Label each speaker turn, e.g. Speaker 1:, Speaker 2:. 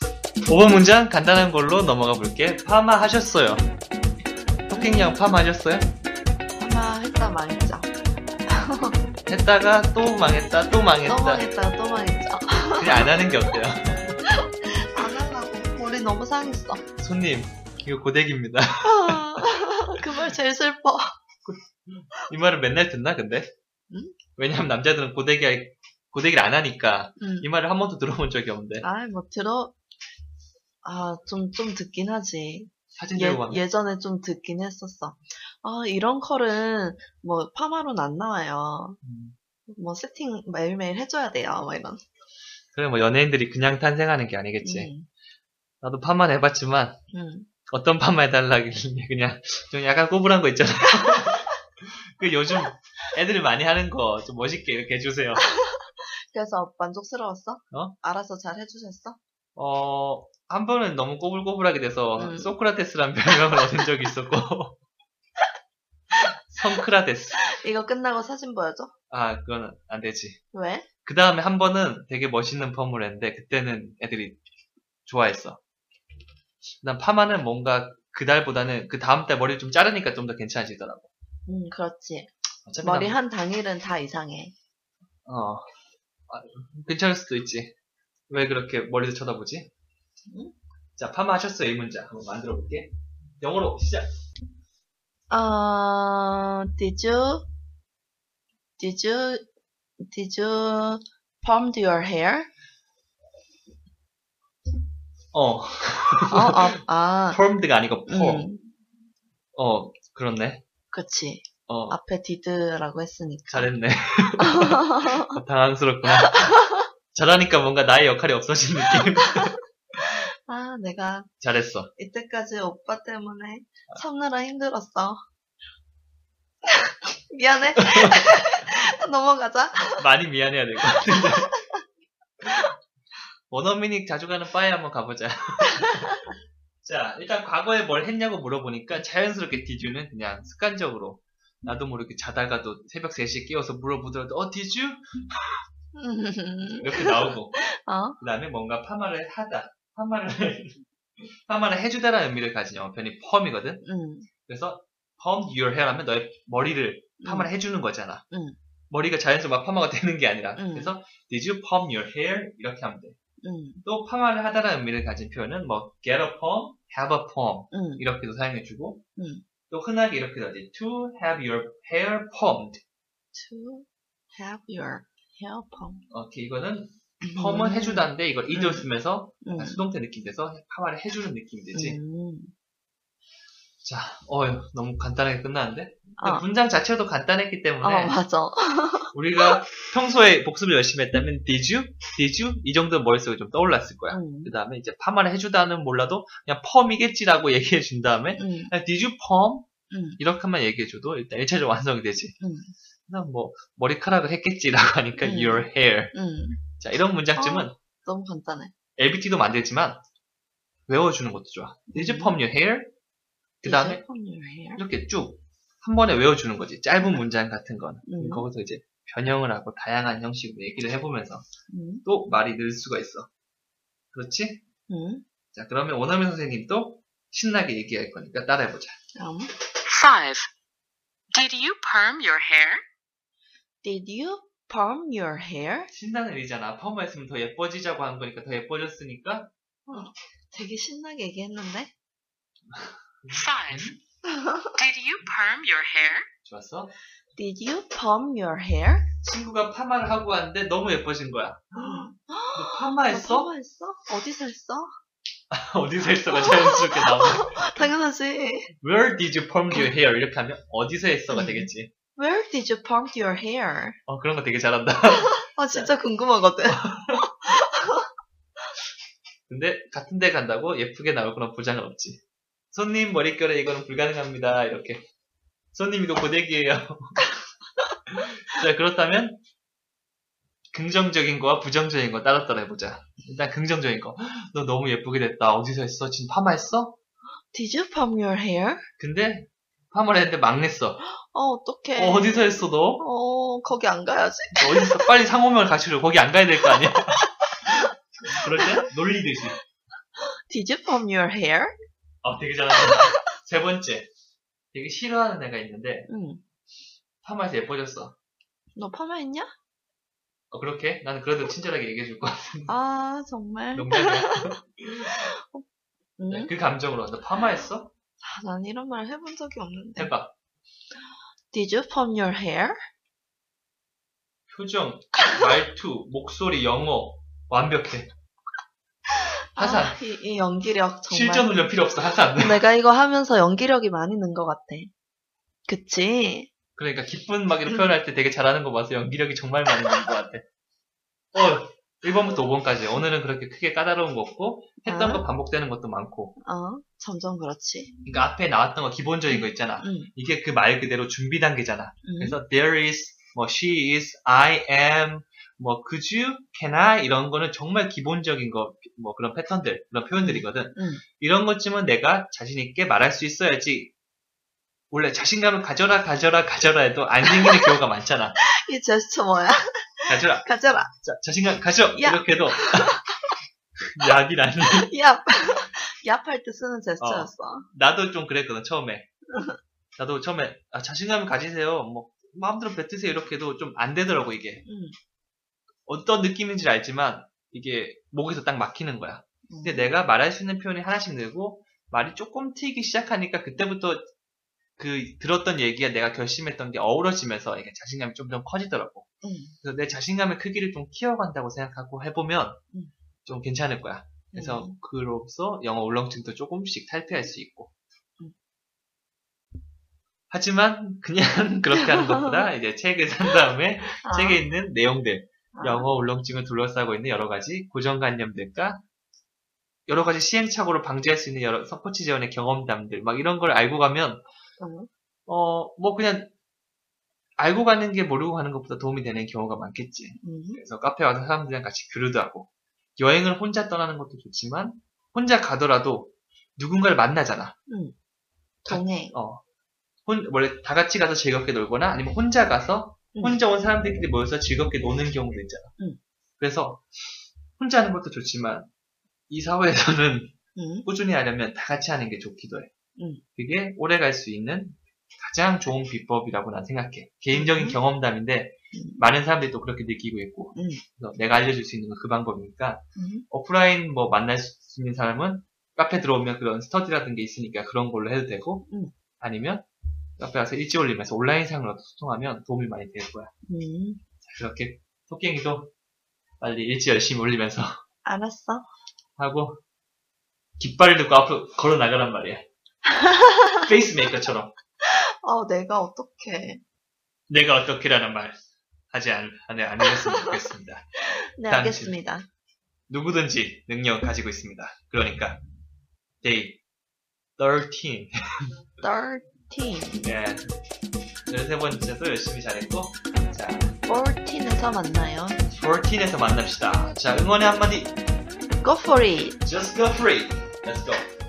Speaker 1: 5번 문장 간단한 걸로 넘어가 볼게. 파마 하셨어요. 토킹양 파마 하셨어요?
Speaker 2: 하나 했다 망했죠.
Speaker 1: 네, 했다가 또 망했다, 또
Speaker 2: 또
Speaker 1: 망했다.
Speaker 2: 망했다 아, 또 망했죠.
Speaker 1: 그냥 안 하는 게 어때요?
Speaker 2: 안 하려고 머리 너무 상했어.
Speaker 1: 손님, 이거 고데기입니다.
Speaker 2: 그 말 제일 슬퍼.
Speaker 1: 이 말을 맨날 듣나, 근데?
Speaker 2: 응?
Speaker 1: 왜냐면 남자들은 고데기, 할- 고데기를 안 하니까
Speaker 2: 음.
Speaker 1: 이 말을 한 번도 들어본 적이 없는데.
Speaker 2: 아이 뭐 들어 아좀좀 듣긴 하지.
Speaker 1: 사진
Speaker 2: 예,
Speaker 1: 들고 가면.
Speaker 2: 예전에 좀 듣긴 했었어. 아 이런 컬은 뭐 파마로는 안 나와요.
Speaker 1: 음.
Speaker 2: 뭐 세팅 매일매일 해줘야 돼요. 막 이런.
Speaker 1: 그래, 뭐 연예인들이 그냥 탄생하는 게 아니겠지.
Speaker 2: 음,
Speaker 1: 나도 파만 해봤지만
Speaker 2: 음.
Speaker 1: 어떤 판만 해달라길래 그냥 좀 약간 꼬불한 거 있잖아. 그 요즘 애들이 많이 하는 거 좀 멋있게 이렇게 해주세요.
Speaker 2: 그래서 만족스러웠어?
Speaker 1: 어?
Speaker 2: 알아서 잘 해주셨어?
Speaker 1: 어, 한 번은 너무 꼬불꼬불하게 돼서
Speaker 2: 음.
Speaker 1: 소크라테스란 별명을 얻은 적이 있었고. 성크라테스.
Speaker 2: 이거 끝나고 사진 보여줘?
Speaker 1: 아, 그건 안 되지.
Speaker 2: 왜?
Speaker 1: 그 다음에 한 번은 되게 멋있는 펌을 했는데 그때는 애들이 좋아했어. 난 파마는 뭔가 그달보다는 그 다음 달 머리를 좀 자르니까 좀 더 괜찮아지더라고.
Speaker 2: 음 그렇지.
Speaker 1: 어차피 난
Speaker 2: 머리 한 당일은 다 이상해.
Speaker 1: 어. 아, 괜찮을 수도 있지. 왜 그렇게 머리를 쳐다보지?
Speaker 2: 응?
Speaker 1: 자, 파마하셨어요, 이 문장. 한번 만들어 볼게. 영어로 시작.
Speaker 2: Uh, did you, did you, did you permed your hair?
Speaker 1: 어,
Speaker 2: 어, 어, 아,
Speaker 1: formed가 아니고 form.
Speaker 2: 음,
Speaker 1: 어, 그렇네.
Speaker 2: 그치.
Speaker 1: 어,
Speaker 2: 앞에 did라고 했으니까.
Speaker 1: 잘했네. 어, 당황스럽구나. 잘하니까 뭔가 나의 역할이 없어진 느낌.
Speaker 2: 아, 내가
Speaker 1: 잘했어.
Speaker 2: 이때까지 오빠 때문에 참느라 힘들었어. 미안해. 넘어가자.
Speaker 1: 많이 미안해야 될 것 같은데. 원어민이 자주 가는 바에 한번 가보자. 자, 일단 과거에 뭘 했냐고 물어보니까 자연스럽게 디주는 그냥 습관적으로 나도 모르게 자다가도 새벽 3시에 깨워서 물어보더라도 어 디주? 이렇게 나오고
Speaker 2: 어,
Speaker 1: 그 다음에 뭔가 파마를 하다 파마를 파마를 해주다라는 의미를 가진 영어 편이 펌이거든
Speaker 2: 음,
Speaker 1: 그래서 perm your hair 하면 너의 머리를 파마를 해주는 거잖아.
Speaker 2: 음.
Speaker 1: 머리가 자연스럽게 막 파마가 되는 게 아니라.
Speaker 2: 음.
Speaker 1: 그래서 did you perm your hair 이렇게 하면 돼.
Speaker 2: 음,
Speaker 1: 또 파마를 하다라는 의미를 가진 표현은 뭐 get a perm, have a perm
Speaker 2: 음,
Speaker 1: 이렇게도 사용해주고
Speaker 2: 음.
Speaker 1: 또 흔하게 이렇게 하지 to have your hair permed.
Speaker 2: to have your hair permed.
Speaker 1: 이렇게 이거는 펌은 해주다인데 이걸 이도
Speaker 2: 음.
Speaker 1: 쓰면서
Speaker 2: 음,
Speaker 1: 약간 수동태 느낌 돼서 파마를 해주는 느낌이 되지.
Speaker 2: 음.
Speaker 1: 자, 어휴 너무 간단하게 끝났는데
Speaker 2: 어.
Speaker 1: 문장 자체도 간단했기 때문에
Speaker 2: 아, 맞아.
Speaker 1: 우리가 평소에 복습을 열심히 했다면 did you, did you 이 정도 머릿속에 좀 떠올랐을 거야.
Speaker 2: 음,
Speaker 1: 그 다음에 이제 파마를 해주다는 몰라도 그냥 펌이겠지라고 얘기해 준 다음에
Speaker 2: 음,
Speaker 1: 그냥 did you perm
Speaker 2: 음,
Speaker 1: 이렇게만 얘기해 줘도 일단 1차적으로 완성이 되지.
Speaker 2: 음.
Speaker 1: 그냥 뭐 머리카락을 했겠지라고 하니까
Speaker 2: 음. 어.
Speaker 1: your hair.
Speaker 2: 음.
Speaker 1: 자 이런 문장쯤은
Speaker 2: 너무 간단해.
Speaker 1: LBT도 만들지만 외워주는 것도 좋아. did you perm your hair? 그 다음에
Speaker 2: Is it from your hair?
Speaker 1: 이렇게 쭉 한 번에 외워주는 거지. 짧은 문장 같은 건.
Speaker 2: 음,
Speaker 1: 거기서 이제 변형을 하고 다양한 형식으로 얘기를 해보면서
Speaker 2: 음,
Speaker 1: 또 말이 늘 수가 있어. 그렇지?
Speaker 2: 음.
Speaker 1: 자, 그러면 원어민 선생님도 신나게 얘기할 거니까 따라해보자.
Speaker 2: 다음.
Speaker 3: 5. Did you perm your hair?
Speaker 2: Did you perm your hair?
Speaker 1: 신나는 일이잖아. 펌했으면 더 예뻐지자고 한 거니까 더 예뻐졌으니까.
Speaker 2: 되게 신나게 얘기했는데?
Speaker 3: 5. Did you perm your hair?
Speaker 1: 좋았어?
Speaker 2: Did you perm your hair?
Speaker 1: 친구가 파마를 하고 왔는데 너무 예뻐진 거야. 너 파마했어?
Speaker 2: 했어? 했어? 어디서 했어?
Speaker 1: 어디서 했어가 자연스럽게 나오네.
Speaker 2: 아, 당연하지.
Speaker 1: Where did you perm your hair? 이렇게 하면 어디서 했어가
Speaker 2: 음.
Speaker 1: 되겠지.
Speaker 2: Where did you perm your hair?
Speaker 1: 어, 그런 거 되게 잘한다.
Speaker 2: 아,
Speaker 1: 네.
Speaker 2: 진짜 궁금하거든.
Speaker 1: 근데 같은 데 간다고 예쁘게 나올 그런 보장은 없지. 손님 머릿결에 이거는 불가능합니다. 이렇게. 손님 이거 고데기예요. 자 그렇다면 긍정적인 거와 부정적인 거 따로따로 해보자. 일단 긍정적인 거. 너 너무 예쁘게 됐다. 어디서 했어? 지금 파마했어?
Speaker 2: Did you perm your hair?
Speaker 1: 근데 파마를 했는데 막냈어.
Speaker 2: 어, 어떡해.
Speaker 1: 어, 어디서 했어 너?
Speaker 2: 어, 거기 안 가야지.
Speaker 1: 너 어디서 빨리 상호명을 가르쳐줘. 거기 안 가야 될 거 아니야? 그럴 때 놀리듯이.
Speaker 2: Did you comb your hair?
Speaker 1: 아, 되게 잘한다. 세 번째. 되게 싫어하는 애가 있는데,
Speaker 2: 응.
Speaker 1: 파마해서 예뻐졌어.
Speaker 2: 너 파마했냐?
Speaker 1: 어, 그렇게? 나는 그래도 친절하게 얘기해줄 거야.
Speaker 2: 아, 정말.
Speaker 1: 농담이야.
Speaker 2: 응?
Speaker 1: 네, 그 감정으로. 너 파마했어?
Speaker 2: 아, 난 이런 말 해본 적이 없는데.
Speaker 1: 해봐.
Speaker 2: Did you comb your hair?
Speaker 1: 표정, 말투, 목소리, 영어. 완벽해. 하산.
Speaker 2: 아, 이, 이 연기력 정말.
Speaker 1: 실전 훈련 필요 없어, 하산.
Speaker 2: 내가 이거 하면서 연기력이 많이 는 것 같아. 그치?
Speaker 1: 그러니까 기쁜 막 이런 표현할 때 되게 잘하는 거 봐서 연기력이 정말 많이 는것 같아. 어, 1번부터 5번까지. 오늘은 그렇게 크게 까다로운 거 없고, 했던
Speaker 2: 아.
Speaker 1: 거 반복되는 것도 많고.
Speaker 2: 어, 점점 그렇지.
Speaker 1: 그러니까 앞에 나왔던 거 기본적인 거 있잖아.
Speaker 2: 응,
Speaker 1: 이게 그 말 그대로 준비 단계잖아.
Speaker 2: 응.
Speaker 1: 그래서 there is, 뭐 she is, I am, 뭐 could you, can I 이런 거는 정말 기본적인 거, 뭐 그런 패턴들, 그런 표현들이거든.
Speaker 2: 음.
Speaker 1: 이런 것쯤은 내가 자신 있게 말할 수 있어야지. 원래 자신감을 가져라, 가져라, 가져라 해도 안 생기는 경우가 많잖아.
Speaker 2: 이 제스처 뭐야?
Speaker 1: 가져라,
Speaker 2: 가져라.
Speaker 1: 자, 자신감 가져
Speaker 2: 야.
Speaker 1: 이렇게 해도 약이라니.
Speaker 2: 얍. 얍할 때 쓰는 제스처였어.
Speaker 1: 나도 좀 그랬거든 처음에. 나도 처음에 아, 자신감을 가지세요. 뭐 마음대로 뱉으세요 이렇게 해도 좀 안 되더라고 이게.
Speaker 2: 응.
Speaker 1: 어떤 느낌인지 알지만 이게 목에서 딱 막히는 거야. 근데 내가 말할 수 있는 표현이 하나씩 늘고 말이 조금 트이기 시작하니까 그때부터 그 들었던 얘기가 내가 결심했던 게 어우러지면서 이게 자신감이 좀 더 커지더라고.
Speaker 2: 응.
Speaker 1: 그래서 내 자신감의 크기를 좀 키워간다고 생각하고 해보면
Speaker 2: 음.
Speaker 1: 좀 괜찮을 거야. 그래서
Speaker 2: 음.
Speaker 1: 그로써 영어 울렁증도 조금씩 탈피할 수 있고.
Speaker 2: 음.
Speaker 1: 하지만 그냥 그렇게 하는 것보다 이제 책을 산 다음에
Speaker 2: 아,
Speaker 1: 책에 있는 내용들
Speaker 2: 아.
Speaker 1: 영어 울렁증을 둘러싸고 있는 여러 가지 고정관념들과 여러 가지 시행착오를 방지할 수 있는 여러 서포치 지원의 경험담들 막 이런 걸 알고 가면
Speaker 2: 응.
Speaker 1: 어 뭐 그냥 알고 가는 게 모르고 가는 것보다 도움이 되는 경우가 많겠지.
Speaker 2: 응.
Speaker 1: 그래서 카페 와서 사람들이랑 같이 교류도 하고 여행을 혼자 떠나는 것도 좋지만 혼자 가더라도 누군가를 만나잖아.
Speaker 2: 동해.
Speaker 1: 어. 혼, 원래 다 같이 가서 즐겁게 놀거나 아니면 혼자 가서
Speaker 2: 응.
Speaker 1: 혼자 온 사람들끼리 모여서 즐겁게 노는 경우도 있잖아.
Speaker 2: 응.
Speaker 1: 그래서 혼자 하는 것도 좋지만 이 사회에서는
Speaker 2: 응.
Speaker 1: 꾸준히 하려면 다 같이 하는 게 좋기도 해.
Speaker 2: 응.
Speaker 1: 그게 오래 갈 수 있는 가장 좋은 비법이라고 난 생각해. 개인적인
Speaker 2: 응.
Speaker 1: 경험담인데
Speaker 2: 응.
Speaker 1: 많은 사람들이 또 그렇게 느끼고 있고
Speaker 2: 응.
Speaker 1: 그래서 내가 알려줄 수 있는 건 그 방법이니까
Speaker 2: 응.
Speaker 1: 오프라인 뭐 만날 수 있는 사람은 카페 들어오면 그런 스터디라든 게 있으니까 그런 걸로 해도 되고
Speaker 2: 응.
Speaker 1: 아니면 카페 가서 일찍 올리면서 온라인상으로 소통하면 도움이 많이 될 거야.
Speaker 2: 응.
Speaker 1: 그렇게 토끼행이도 빨리 일찍 열심히 올리면서
Speaker 2: 알았어. 하
Speaker 1: 하고 깃발을 들고 앞으로 걸어 나가란 말이야. 페이스메이커처럼
Speaker 2: 아 내가 네, 어떻게
Speaker 1: 내가 어떻게라는 말 하지 않, 안, 안 했으면 좋겠습니다.
Speaker 2: 네,
Speaker 1: 당신.
Speaker 2: 알겠습니다.
Speaker 1: 누구든지 능력 가지고 있습니다. 그러니까 day 13
Speaker 2: 13,
Speaker 1: 예. 열세 번째도 열심히 잘했고 자
Speaker 2: 14에서 만나요.
Speaker 1: 14에서 만납시다. 자 응원의 한마디
Speaker 2: Go for it!
Speaker 1: Just go free Let's go